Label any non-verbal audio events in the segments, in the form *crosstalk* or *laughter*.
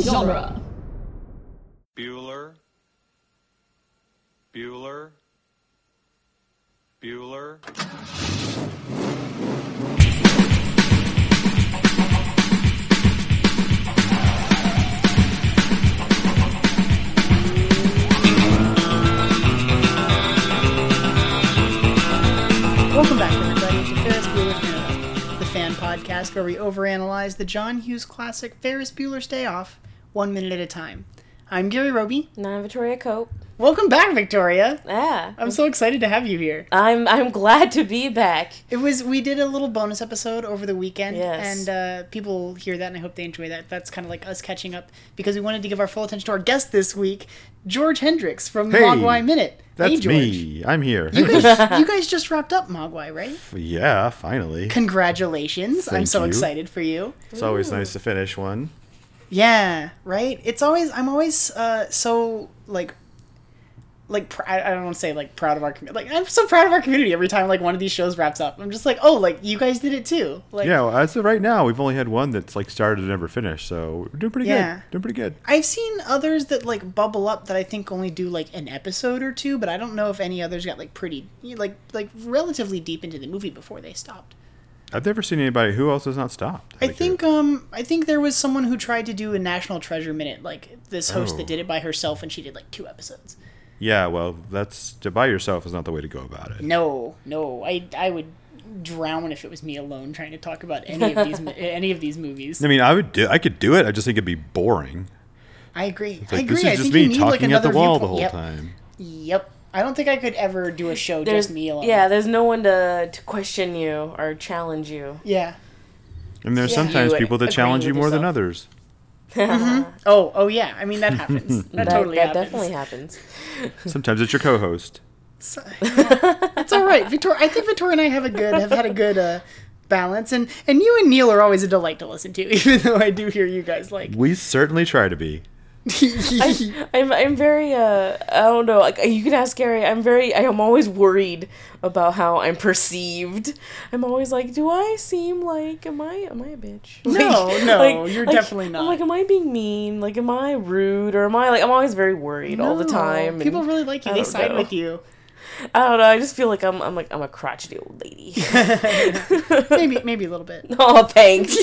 genre. Bueller. Bueller. Bueller. Welcome back, everybody, to Ferris Bueller's Day Off, the fan podcast where we overanalyze the John Hughes classic Ferris Bueller's Day Off, one minute at a time. I'm Gary Roby. Not Victoria Cope. Welcome back, Victoria. Yeah. I'm so excited to have you here. I'm I'm glad to be back. It was we did a little bonus episode over the weekend, Yes. and uh, people hear that, and I hope they enjoy that. That's kind of like us catching up because we wanted to give our full attention to our guest this week, George Hendricks from Hey, Mogwai Minute. hey, That's George. me. I'm here. You guys, you guys just wrapped up Mogwai, right? yeah, finally. Congratulations! I'm Thank so you. excited for you. It's always nice to finish one. Yeah, right. It's always I'm always uh, so like like pr- I, I don't want to say like proud of our community. Like I'm so proud of our community every time like one of these shows wraps up. I'm just like, oh, like you guys did it too. Like Yeah, well, as of right now, we've only had one that's like started and never finished, so we're doing pretty Yeah. good. Doing pretty good. I've seen others that like bubble up that I think only do like an episode or two, but I don't know if any others got like pretty like like relatively deep into the movie before they stopped. I've never seen anybody who else has not stopped. I Like, uh, think um I think there was someone who tried to do a National Treasure minute like this host Oh. that did it by herself and she did like two episodes. Yeah, well, that's to by yourself is not the way to go about it. No, no. I I would drown if it was me alone trying to talk about any of *laughs* these any of these movies. I mean, I would do. I could do it. I just think it'd be boring. I agree. It's I like agree. this I is think just you me need like talking at another the wall viewpoint. the whole yep. time. Yep. I don't think I could ever do a show There's just me alone. Yeah, there's no one to, to question you or challenge you. Yeah. And there's Yeah. sometimes You people that agree challenge with you more than yourself. others. Oh, oh yeah. I mean that *laughs* happens. That, That, totally that happens. definitely happens. Sometimes it's your co-host. So- *laughs* yeah. It's all right. Victoria I think Victoria and I have a good have had a good uh balance and and you and Neil are always a delight to listen to *laughs* even though I do hear you guys like We certainly try to be. *laughs* I'm I'm very uh I don't know like you can ask Gary I'm very I am always worried about how I'm perceived I'm always like do I seem like am I am I a bitch No, Like- no, you're definitely not. I'm like am I being mean like am I rude or am I like I'm always very worried all the No, time and People really like you. I They don't side know. with *laughs* you. I don't know I just feel like I'm I'm like I'm a crotchety old lady Maybe maybe a little bit. *laughs* oh thanks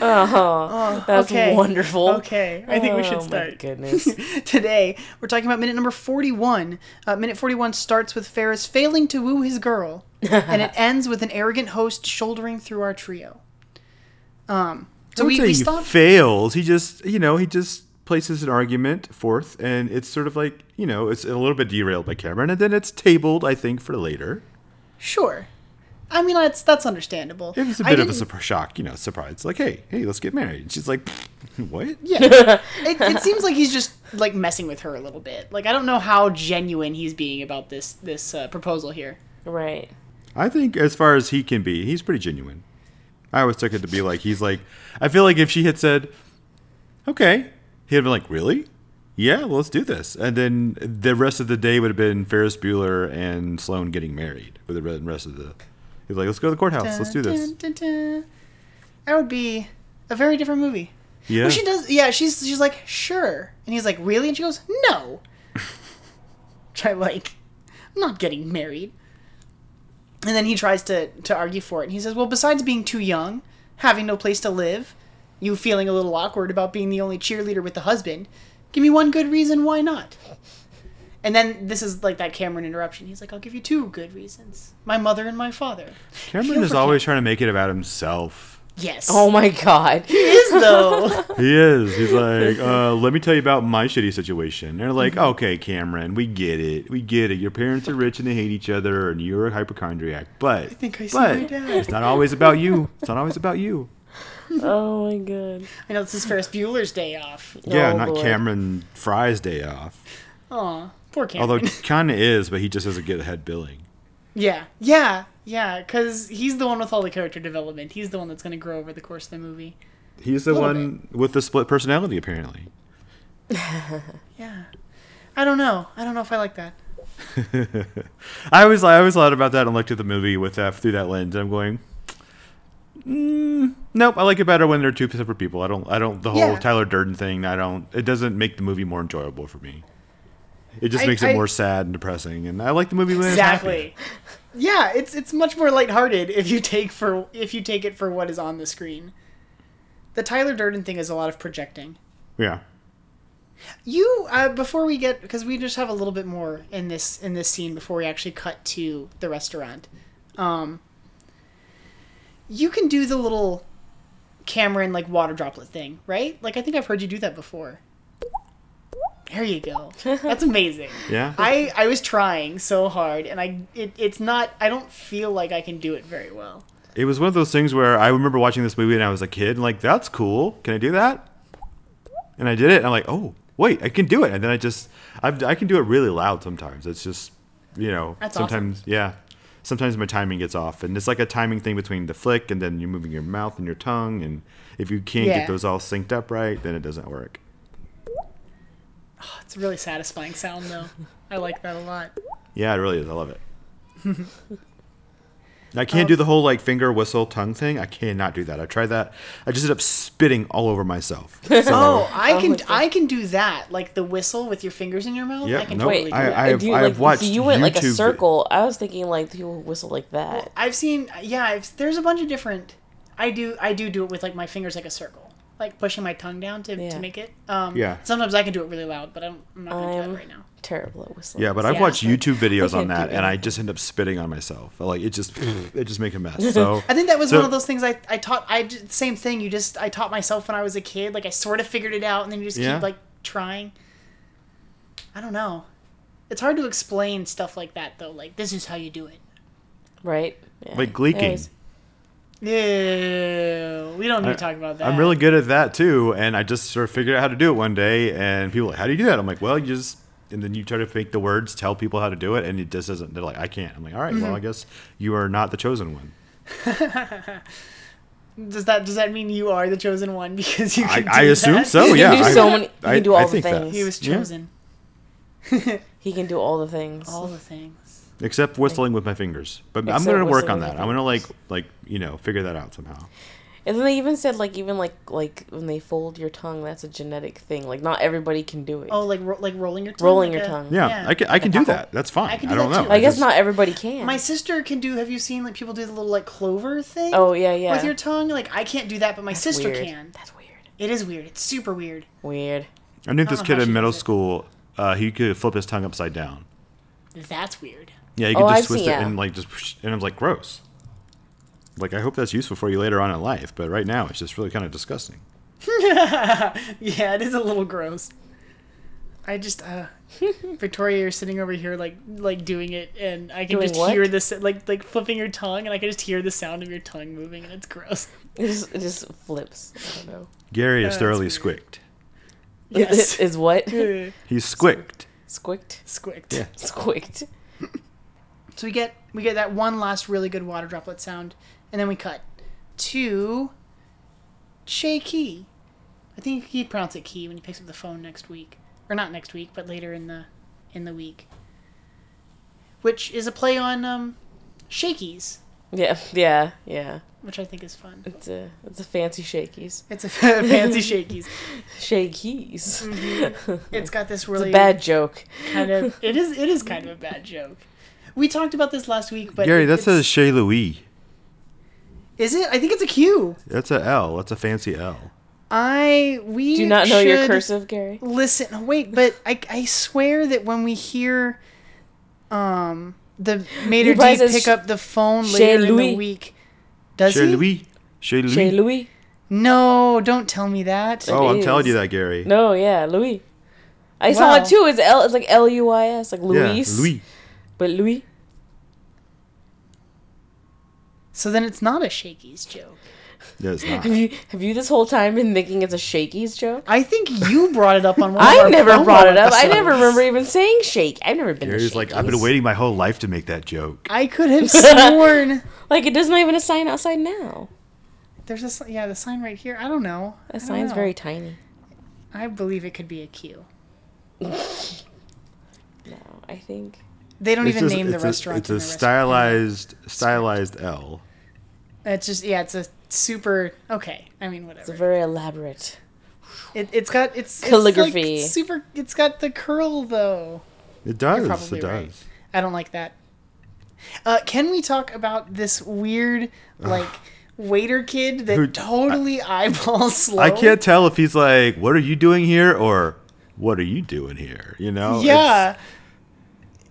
uh huh that's Oh, okay. wonderful Okay, I think we should oh, start. *laughs* my goodness Today, we're talking about minute number 41. Uh, minute 41 starts with Ferris failing to woo his girl, and it ends with an arrogant host shouldering through our trio. Um, so I would we, say we he stopped. fails. He just, you know, he just places an argument forth, and it's sort of like, you know, it's a little bit derailed by Cameron, and then it's tabled, I think, for later. sure. I mean, that's that's understandable. It was a I bit of a didn't- surprise shock, you know, surprise. Like, hey, hey, let's get married. And she's like, what? Yeah. it, it seems like he's just like messing with her a little bit. Like I don't know how genuine he's being about this this uh, proposal here. right I think as far as he can be, he's pretty genuine. I always took it to be like he's like. I feel like if she had said, "Okay," he'd have been like, "Really? Yeah, well, let's do this." And then the rest of the day would have been Ferris Bueller and Sloan getting married for the re- rest of the. He's like, "Let's go to the courthouse. Let's do this." Dun, dun, dun, dun. That would be a very different movie. Yeah, Well, she does. Yeah, she's she's like sure, and he's like really, and she goes no. *laughs* Which I like. I'm not getting married. And then he tries to to argue for it, and he says, "Well, besides being too young, having no place to live, you feeling a little awkward about being the only cheerleader with the husband, give me one good reason why not." And then this is like that Cameron interruption. He's like, "I'll give you two good reasons: my mother and my father." Cameron is for always trying to make it about himself. Yes, *laughs* oh my god *laughs* it is though. He is. He's like, uh, let me tell you about my shitty situation. And they're like, Mm-hmm. okay, Cameron, we get it. We get it. Your parents are rich and they hate each other, and you're a hypochondriac. But I think I see but my dad. It's not always about you. It's not always *laughs* about you. oh my god I know this is Ferris Bueller's day off. Yeah, Oh, not Lord. Cameron Fry's day off. Aw, poor Cameron. *laughs* Although kind of is, but he just doesn't get ahead billing. Yeah, yeah, yeah. Because he's the one with all the character development. He's the one that's going to grow over the course of the movie. He's the Little one with the split personality, apparently. Yeah, I don't know. I don't know if I like that. I always, uh, I always thought about that and looked at the movie with that through that lens. And I'm going, mm, Nope, I like it better when they're two separate people. I don't. I don't. The whole Yeah. Tyler Durden thing. I don't. It doesn't make the movie more enjoyable for me. It just I- makes it I- more sad and depressing. And I like the movie when it's happy. Exactly. Yeah, it's it's much more lighthearted if you take for if you take it for what is on the screen. The Tyler Durden thing is a lot of projecting. Yeah. You uh, before we get because we just have a little bit more in this in this scene before we actually cut to the restaurant. Um, you can do the little Cameron like water droplet thing, right? Like I think I've heard you do that before. There you *laughs* go. That's amazing. Yeah. I I was trying so hard and I it, it's not I don't feel like I can do it very well. It was one of those things where I remember watching this movie when I was a kid and like, that's cool. Can I do that? And I did it. And I'm like, oh, wait, I can do it. And then I just, I've, I can do it really loud sometimes. It's just, you know, That's awesome. sometimes, yeah. Sometimes my timing gets off. And it's like a timing thing between the flick and then you're moving your mouth and your tongue. And if you can't Yeah. get those all synced up right, then it doesn't work. It's a really satisfying sound though. *laughs* I like that a lot. Yeah, it really is. I love it. I can't do the whole like finger whistle tongue thing. I cannot do that. I tried that. I just ended up spitting all over myself. So, Oh, I can with that. I can do that, like the whistle with your fingers in your mouth. Yeah, I can no, totally do Wait, that. I- I've- do you, like, I've watched so you went like YouTube a vi- circle. I was thinking like people whistle like that. I've seen yeah, I've, there's a bunch of different. I do I do do it with like my fingers like a circle, like pushing my tongue down to, Yeah. to make it. Um, Yeah. Sometimes I can do it really loud, but I'm, I'm not gonna do I'm that right now. terrible at whistling. Yeah, but I've Yeah. watched YouTube videos can't do on that, and I anything. just end up spitting on myself. Like it just, it just make a mess. So I think that was so- one of those things I, I taught I did the same thing you just I taught myself when I was a kid like I sort of figured it out and then you just Yeah. keep like trying. I don't know. It's hard to explain stuff like that though. Like this is how you do it. right. Yeah. Like gleeking. Anyways, Ew, we don't need to talk about that. I'm really good at that too, and I just sort of figured out how to do it one day. And people, are like, how do you do that? I'm like, well, you just, and then you try to make the words tell people how to do it, and it just doesn't. They're like, I can't. I'm like, all right, Mm-hmm. well, I guess you are not the chosen one. Does that does that mean you are the chosen one *laughs* because *laughs* you I, can I do assume that? so. He yeah, can do I- so many. He I- can do I all the think that. things. He was Yeah. chosen. He can do all the things. All the things. except whistling with my fingers. But I'm Except going to work whistling on with that. your I'm going to like, fingers. like you know, figure that out somehow. And then they even said like even like like when they fold your tongue, that's a genetic thing. Like not everybody can do it. Oh, like ro- like rolling your tongue. Rolling like your a- tongue. Yeah, Yeah. I can, I can do Apple. that. That's fine. I, I can do don't that, know. too. I guess just- not everybody can. My sister can do. Have you seen like people do the little like clover thing? oh yeah, yeah. With your tongue, like I can't do that, but my sister Weird. can. That's weird. It is weird. It's super weird. Weird. I knew this know kid how in she middle does it. school. Uh, he could flip his tongue upside down. That's weird. Yeah, you could Oh, just I've twist seen- it yeah. and like just, whoosh, and I'm like, gross. Like, I hope that's useful for you later on in life, but right now it's just really kind of disgusting. *laughs* Yeah, it is a little gross. I just *laughs* uh Victoria, you're sitting over here like like doing it, and I can Doing just what? hear this like like flipping your tongue, and I can just hear the sound of your tongue moving, and it's gross. *laughs* It just, it just flips. I don't know. Gary is That's thoroughly Oh, weird. squicked. Yes. *laughs* Is *laughs* what? Uh, He's squicked. Squicked. Squicked. Yeah. Squicked. So we get we get that one last really good water droplet sound, and then we cut to Shay Key. I think he pronounced it Key when he picks up the phone next week, or not next week, but later in the in the week. Which is a play on um, Shakeys, Yeah, yeah, yeah. which I think is fun. It's a it's a fancy shakies. It's a *laughs* fancy Shakeys. Shakies. Mm-hmm. It's got this *laughs* It's really a bad joke. kind of. It is it is kind of a bad joke. We talked about this last week, but Gary, it- that's a it's- Chez Louis. is it? I think it's a Q. That's a L. That's a fancy L. I we Do you not know your should- cursive, Gary? listen no, wait but I, I swear that when we hear um the He Mater D buys us pick sh- up the phone Chez later in Louis. the week does Chez he Louis. Chez Louis. Shay Louis? no don't tell me that Oh, I'm It telling you is. that, Gary. No, yeah, Louis. I saw it Wow. too. It's L. It's like L U I S, like Luis. Yeah, Louis. But Louis. so then it's not a shaky's joke Yeah, it's not. Have *laughs* you have you this whole time been thinking it's a shakies joke? i think you brought it up on one of I our never promo brought it up. I episodes. never remember even saying shake. I've never been. Gary's to like, I've Shakey's." been waiting my whole life to make that joke. i could *laughs* have sworn Like it doesn't even a sign outside now. there's a si- yeah the sign right here i don't know I That don't sign's know. very tiny. i believe it could be a q No, I think. they don't even just- name the it's a- restaurant It's in a the restaurant. stylized, stylized L. it's just yeah it's a super okay. I mean, whatever. It's very elaborate. It, it's got it's it's, Calligraphy. like, super. It's got the curl though. It does. probably It right. does. I don't like that. Uh, can we talk about this weird like waiter kid that Who- totally *laughs* eyeballs slow? I can't tell if he's like, "What are you doing here?" or "What are you doing here?" You know? It's- Yeah.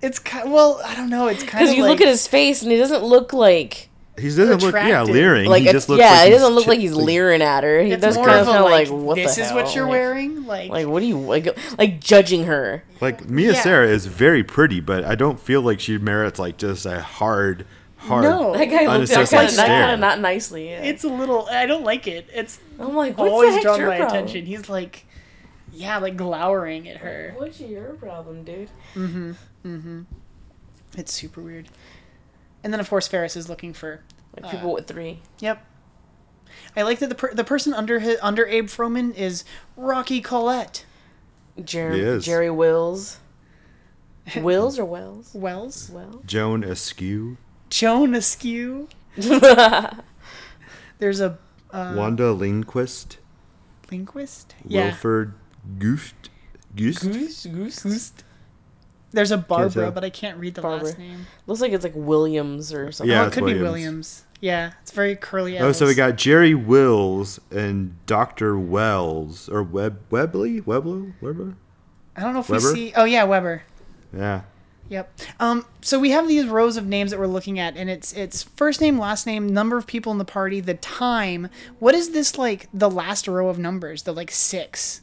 It's, ki well, I don't know. It's kind Because of you like, look at his face and he doesn't look like he doesn't look. Yeah, Attractive. leering. like he a- just looks. yeah. like it doesn't he's look chi- like he's leering at her. He it's does more kind of of a, sound like, like, what this the is hell? what you're like, wearing. Like, Like what are you like, like judging her? Like Mia Yeah. Sarah is very pretty, but I don't feel like she merits like just a hard, hard. No. That guy looked at Unassessed her stare. kind of not nicely. Yeah. it's a little. I don't like it. It's I'm like, what's always the heck's drawn your my problem? attention. He's like, yeah, like glowering at her. What's your problem, dude? It's super weird. And then of course Ferris is looking for. Like people Uh, with three. Yep. I like that the per- the person under his, under Abe Froman is Rocky Collette Jerry He is. Jerry *laughs* Wills. Wills or Wells? Wells, *laughs* Well. Joan Askew, Joan Askew. There's a Wanda Lindquist, linguist. Wilford Gooft, Oh, Goost. Gust. There's a Barbara, tell. but I can't read the last Barbara. name. Looks like it's like Williams or something. Yeah, oh, it it's could be Williams. Williams. Yeah, it's very curly. Oh, so we L's. got Jerry Wills and Doctor Wells or Web Webley Weblo Weber. I don't know if Weber? we see. Oh yeah, Weber. Yeah, Yep. Um, so we have these rows of names that we're looking at, and it's it's first name, last name, number of people in the party, the time. What is this like? The last row of numbers, the like six.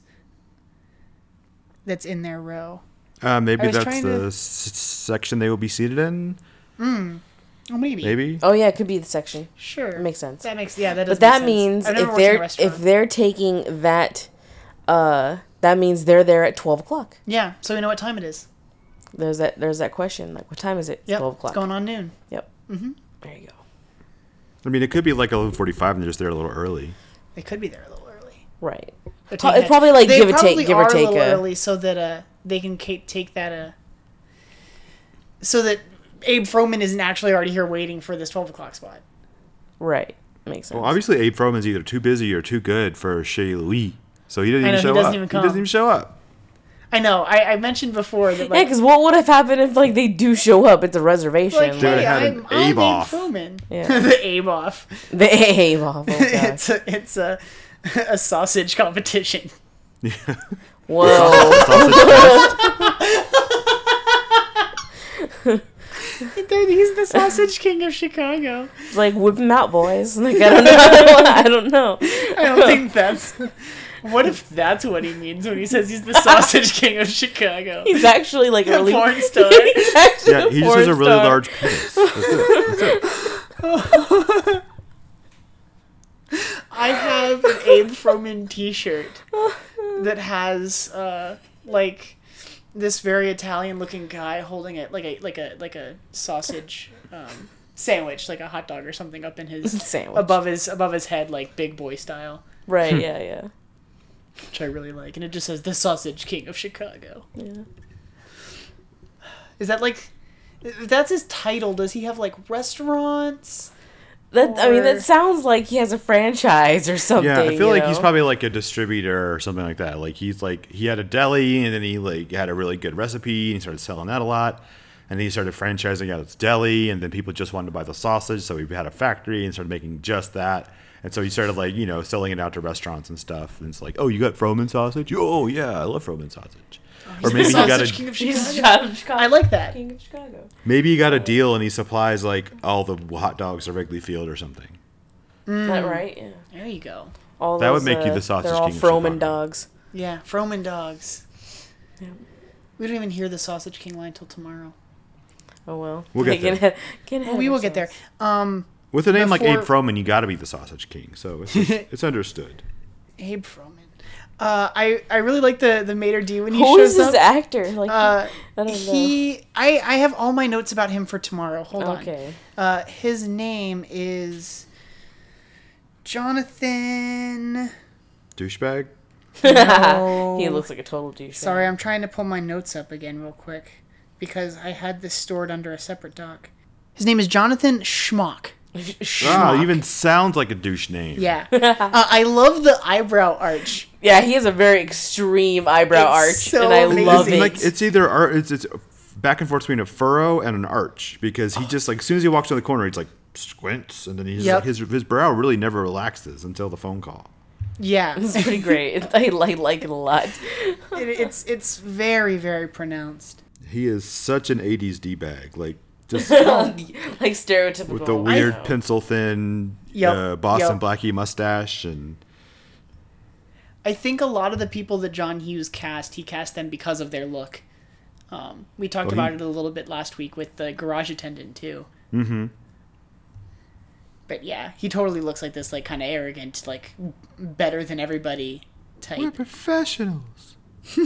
That's in their row. uh, I maybe was that's trying the to- s- section they will be seated in. Oh, maybe. Maybe Oh yeah, it could be the section. Sure. Makes sense. That makes yeah. That does. But that make sense. means I've never worked if in a they're restaurant. if they're taking that uh that means they're there at twelve o'clock. yeah, so we know what time it is. There's that there's that question. Like what time is it? It's Yep. twelve It's o'clock. going on noon. Yep. There you go. I mean it could be like eleven forty-five and they're just there a little early. They could be there a little early. Right. They're Pro- taking it's probably like they give or take- probably give or are take a little a- early so that uh they can ca- take that uh so that Abe Froman isn't actually already here waiting for this twelve o'clock spot. Right. Makes sense. Well, obviously Abe Froman's either too busy or too good for Shea Louis, so he doesn't I even know, he show doesn't up. even he doesn't come. even show up. I know. I, I mentioned before that yeah, like, because what would have happened if like they do show up? It's a like reservation. They like, would've hey, had an I'm, I'm Abe Abe off. Froman. Yeah. *laughs* the Abe *laughs* off. they oh, *laughs* God. it's a, it's a *laughs* a sausage competition. *laughs* Whoa. They're- He's the sausage king of Chicago. It's like whip 'em out, boys. *laughs* Like I don't know. I don't know. I don't think that's. *laughs* What if that's what he means when he says he's the sausage king of Chicago? He's *laughs* actually like a really. *laughs* porn star. He's actually Yeah, he just porn has a really star. large penis. That's it. That's it. I have an Abe Froman T-shirt that has uh, like this very Italian-looking guy holding it like a like a like a sausage um, sandwich, like a hot dog or something, up in *laughs* his Sandwich. above his above his head, like big boy style, Right. Yeah. Yeah. which I really like. And it just says the Sausage King of Chicago. Yeah. Is that like? If that's his title. Does he have like restaurants? That I mean, Or- that sounds like he has a franchise or something. Yeah, I feel you like he's know? probably like a distributor or something like that. Like he's like he had a deli and then he like had a really good recipe and he started selling that a lot. And then he started franchising out his deli and then people just wanted to buy the sausage, so he had a factory and started making just that. And so he started like, you know, selling it out to restaurants and stuff. And it's like, oh, you got Froman sausage? Oh, yeah, I love Froman sausage. or maybe you got sausage a King of He's Chicago. out of Chicago. I like that. King of Chicago. maybe you got a deal and he supplies like all the hot dogs to Wrigley Field or something. Is that right? Yeah. There you go. All Hmm. That would those, make you uh, the sausage They're all king of Froman Chicago. dogs. Yeah, Froman dogs. Yeah. We don't even hear the Sausage King line till tomorrow. Oh well. We'll get Can't there. *laughs* ha- can't have we will get there. ourselves. Um, With a name like Abe Before- Froman, you got to be the sausage king. So it's, it's understood. Abe Froman. Uh, I I really like the the Mater D when he Who shows is this up. actor? Like, Uh, I don't know. he I I have all my notes about him for tomorrow. Hold Okay. on. Uh, his name is Jonathan. Douchebag? he looks like a total douche. Oh. Sorry, I'm trying to pull my notes up again real quick because I had this stored under a separate doc. His name is Jonathan Schmock. Ah, even sounds like a douche name. Yeah. uh, I love the eyebrow arch. Yeah, he has a very extreme eyebrow arch, It's so and I love amazing. it. Like it's either ar- it's it's back and forth between a furrow and an arch because he just like as soon as he walks to the corner, he's like squints, and then he's Yep. like, his his brow really never relaxes until the phone call. Yeah. *laughs* it's pretty great. It's- I like, like it a lot. *laughs* It- it's it's very very pronounced. He is such an '80s d bag, like *laughs* just like stereotypical. with the weird pencil thin Yep, uh, Boston yep. Blackie mustache and I think a lot of the people that John Hughes cast, he cast them because of their look. Um, we talked he- about it a little bit last week with the garage attendant too. Mm-hmm. But yeah, he totally looks like this, like kind of arrogant, like better than everybody type. professionals. *laughs*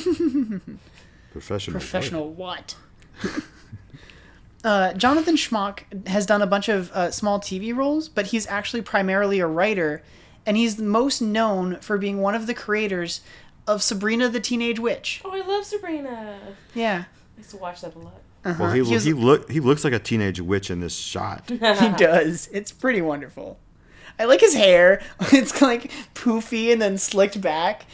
Professional. Professional what? *laughs* uh, Jonathan Schmock has done a bunch of uh, small TV roles, but he's actually primarily a writer, and he's most known for being one of the creators of Sabrina the Teenage Witch. Oh, I love Sabrina. Yeah, I used to watch that a lot. Well, he, He was- he look he looks like a teenage witch in this *laughs* shot. he does. It's pretty wonderful. I like his hair. *laughs* It's like poofy and then slicked back.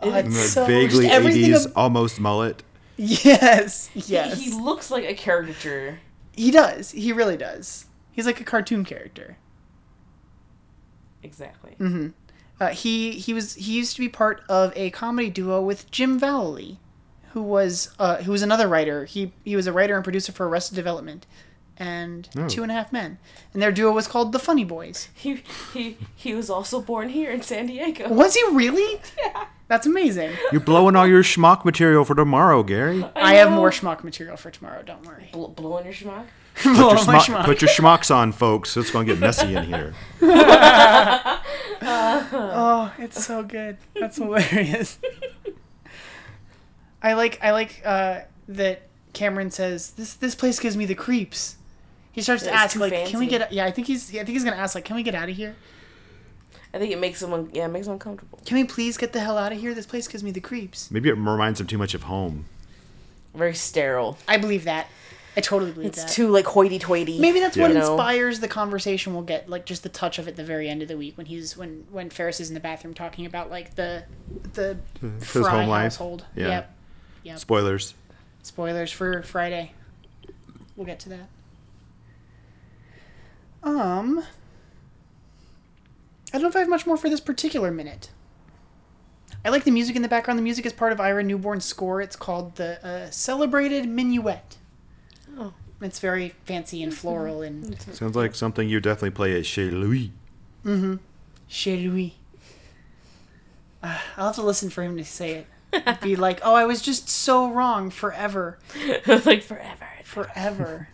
Oh, it's so- vaguely just everything 80s, ab- almost mullet. yes, yes. He looks like a caricature. he does. He really does. He's like a cartoon character. Exactly. Uh, he he was he used to be part of a comedy duo with Jim Valley, who was uh, who was another writer. He he was a writer and producer for Arrested Development, and Oh. Two and a Half Men, and their duo was called the Funny Boys. He he he was also born here in San Diego. Was he *laughs* really? Yeah. That's amazing. You're blowing all your schmuck material for tomorrow, Gary. Put *laughs* I, have know. more schmuck material for tomorrow. Don't worry. Bl- blowing your schmuck. Blow your, my schmuck- schmuck. *laughs* put your schmucks on, folks. It's going to get messy in here. Oh, it's so good. That's hilarious. I like I like uh, that Cameron says this this place gives me the creeps. He starts to Yeah, it's ask too like, "Can we fancy. get?" Yeah, I think he's I think he's gonna ask like, "Can we get out of here? I think it makes someone yeah it makes them uncomfortable. Can we please get the hell out of here? This place gives me the creeps." Maybe it reminds him too much of home. Very sterile. I believe that. I totally believe It's that. too like hoity-toity. *laughs* Maybe that's what Yeah. No. inspires the conversation. We'll get like just the touch of it the very end of the week when he's when when Ferris is in the bathroom talking about like the the Mm, his Fry home life. household. Yeah. Yep. Spoilers. Spoilers for Friday. We'll get to that. Um, I don't know if I have much more for this particular minute. I like the music in the background. The music is part of Ira Newborn's score. It's called the uh, Celebrated Minuet. Oh. It's very fancy and floral and Sounds like something you definitely play at Chez Louis. chez lui. Uh, I'll have to listen for him to say it. Be like, oh, I was just so wrong forever. like forever. forever.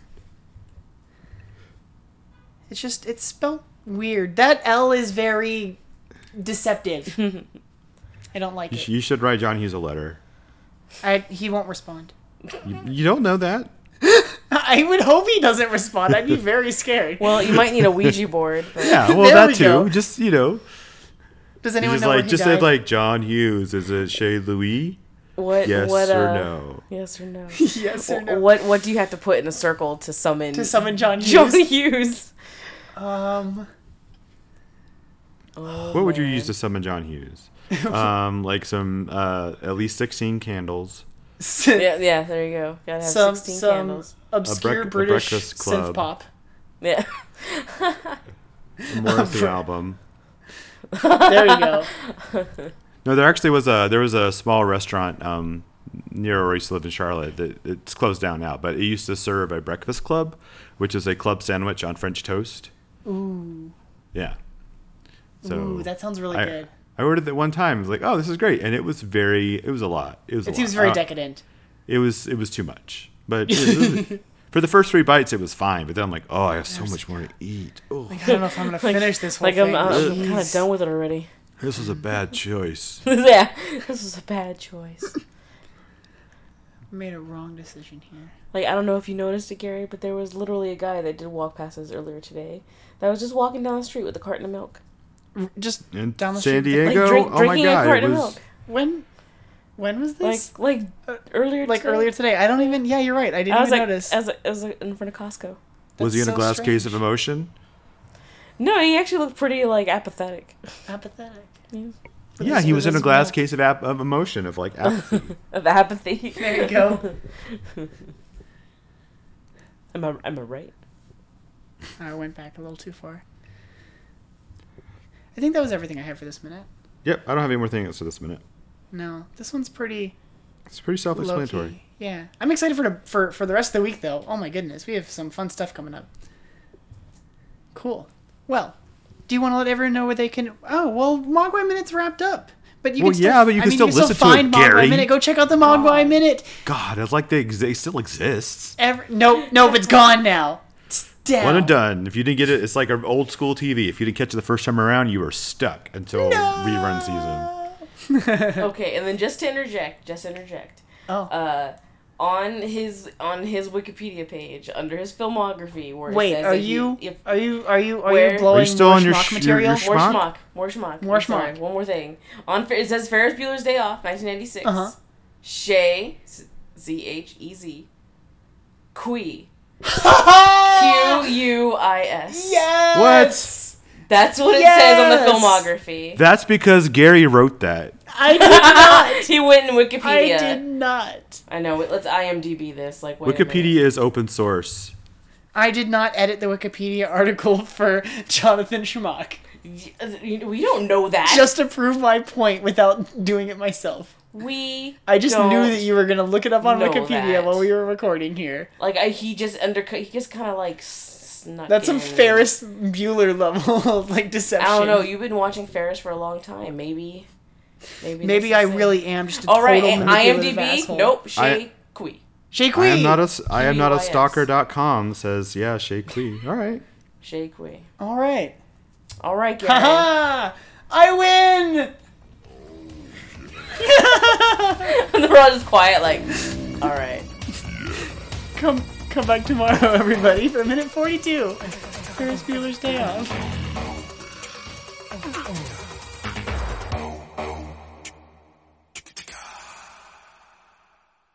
it's just it's spelt weird. That L is very deceptive. I don't like You, sh- it. you should write John Hughes a letter. I, he won't respond. *laughs* You, you don't know that. I would hope he doesn't respond. *laughs* I'd be very scared. Well, you might need a Ouija board. *laughs* But Yeah, There *laughs* well, that we too. go. Just, you know. Does you anyone Just know where like, he just died? say, like, John Hughes, is it Chez Louis? what? Yes what, or uh, no? Yes or no? yes or no? What What do you have to put in a circle to summon To *laughs* summon John John Hughes. Hughes? Um, *laughs* What would you use to summon John *laughs* Hughes? um, like some, uh, at least 16 candles. s- Yeah, yeah. There you go. Gotta have some sixteen some candles. obscure brec- a British breakfast synth club. *laughs* pop. Yeah. *laughs* *laughs* a Morrissey album. There you go. No, there actually was a there was a small restaurant um, near where I used to live in Charlotte. That it's closed down now, but it used to serve a breakfast club, which is a club sandwich on French toast. Ooh. Yeah. So Ooh, that sounds really I, good. I ordered that one time. I was like, "Oh, this is great," and it was very. It was a lot. It was. It a seems lot. very Uh, decadent. It was. It was too much. But it was- for the first three bites, it was fine. But then I'm like, "Oh, I have so much more to eat." Oh, I don't know if I'm gonna finish this whole *laughs* Like thing. I'm, I'm Jeez. kind of done with it already. *laughs* this was a bad choice. yeah, this was a bad choice. Made a wrong decision here. Like I don't know if you noticed it, Gary, but there was literally a guy that did walk past us earlier today. That was just walking down the street with a carton of milk, Just And Down the San street. like Diego. drink, oh my drinking a god, it carton of was. milk. When when was Like this? like Uh, earlier. *laughs* Like, earlier today. I don't even yeah, you're right. I didn't I was even like, notice. as I was like in front of Costco. Was That's he in so a glass case of strange. emotion? No, he actually looked pretty like apathetic. Apathetic. yeah, he was in a glass case of, ap- of emotion, of *laughs* like apathy. *laughs* Of apathy. There you go. *laughs* Am I am I right? I went back a little too far. I think that was everything I had for this minute. yep, I don't have any more things for this minute. No, this one's pretty It's pretty low self-explanatory. key. Yeah, I'm excited for the for for the rest of the week though. Oh my goodness, we have some fun stuff coming up. Cool. Well, do you want to let everyone know where they can? Oh well, Mogwai Minute's wrapped up. But you Well, can still, yeah, but you I can mean, still listen to it, find Mogwai Gary. Minute. Go check out the Mogwai Minute. God, it's like they, ex- they still exists. Every, nope, nope, it's gone now. It's down. One and done. If you didn't get it, it's like an old school TV. If you didn't catch it the first time around, you are stuck until rerun season. Okay, and then just to interject, just interject. Oh, Uh, on his on his Wikipedia page under his filmography, where it wait, says are that he- you, if- are you are you are Where- Are you you blowing still more on your schmuck sh- your- your material? more schmuck? schmuck, more schmuck, More I'm sorry, schmuck. One more thing. On Fer- it says Ferris Bueller's Day Off, 1996. Uh-huh. Shay, Z H E Z, *laughs* Qui, Q U I S. Yes! What? That's what it Yes! says on the *laughs* filmography. *laughs* That's because Gary wrote that. I did *laughs* not. he went in I Wikipedia. I, did not. know. wait, Let's IMDb this. Like wait a minute. Wikipedia is open source. I did not edit the Wikipedia article for Jonathan Schmuck Y- We don't know that. just to prove my point without doing it myself. we. I just knew don't- that you were gonna look it up on know Wikipedia that. while we were recording here. Like I, he just undercut. He just kind of like snuck. That's some in. Ferris Bueller level *laughs* of, like deception. I don't know. You've been watching Ferris for a long time. Maybe. Maybe. Maybe that's I the really am just a All right. total And manipulative IMDb. asshole. Nope. Shay I- Kui. Shake I am Weight. not a s- I am not a Q-U-I-S. stalker.com says yeah Shay Klee. All right. *laughs* Shay Kui. All right. All right, Gary. Haha! I win. and *laughs* they're all just quiet. Like. All right. *laughs* Come come back tomorrow, everybody, for minute forty-two. Ferris Bueller's Day Off.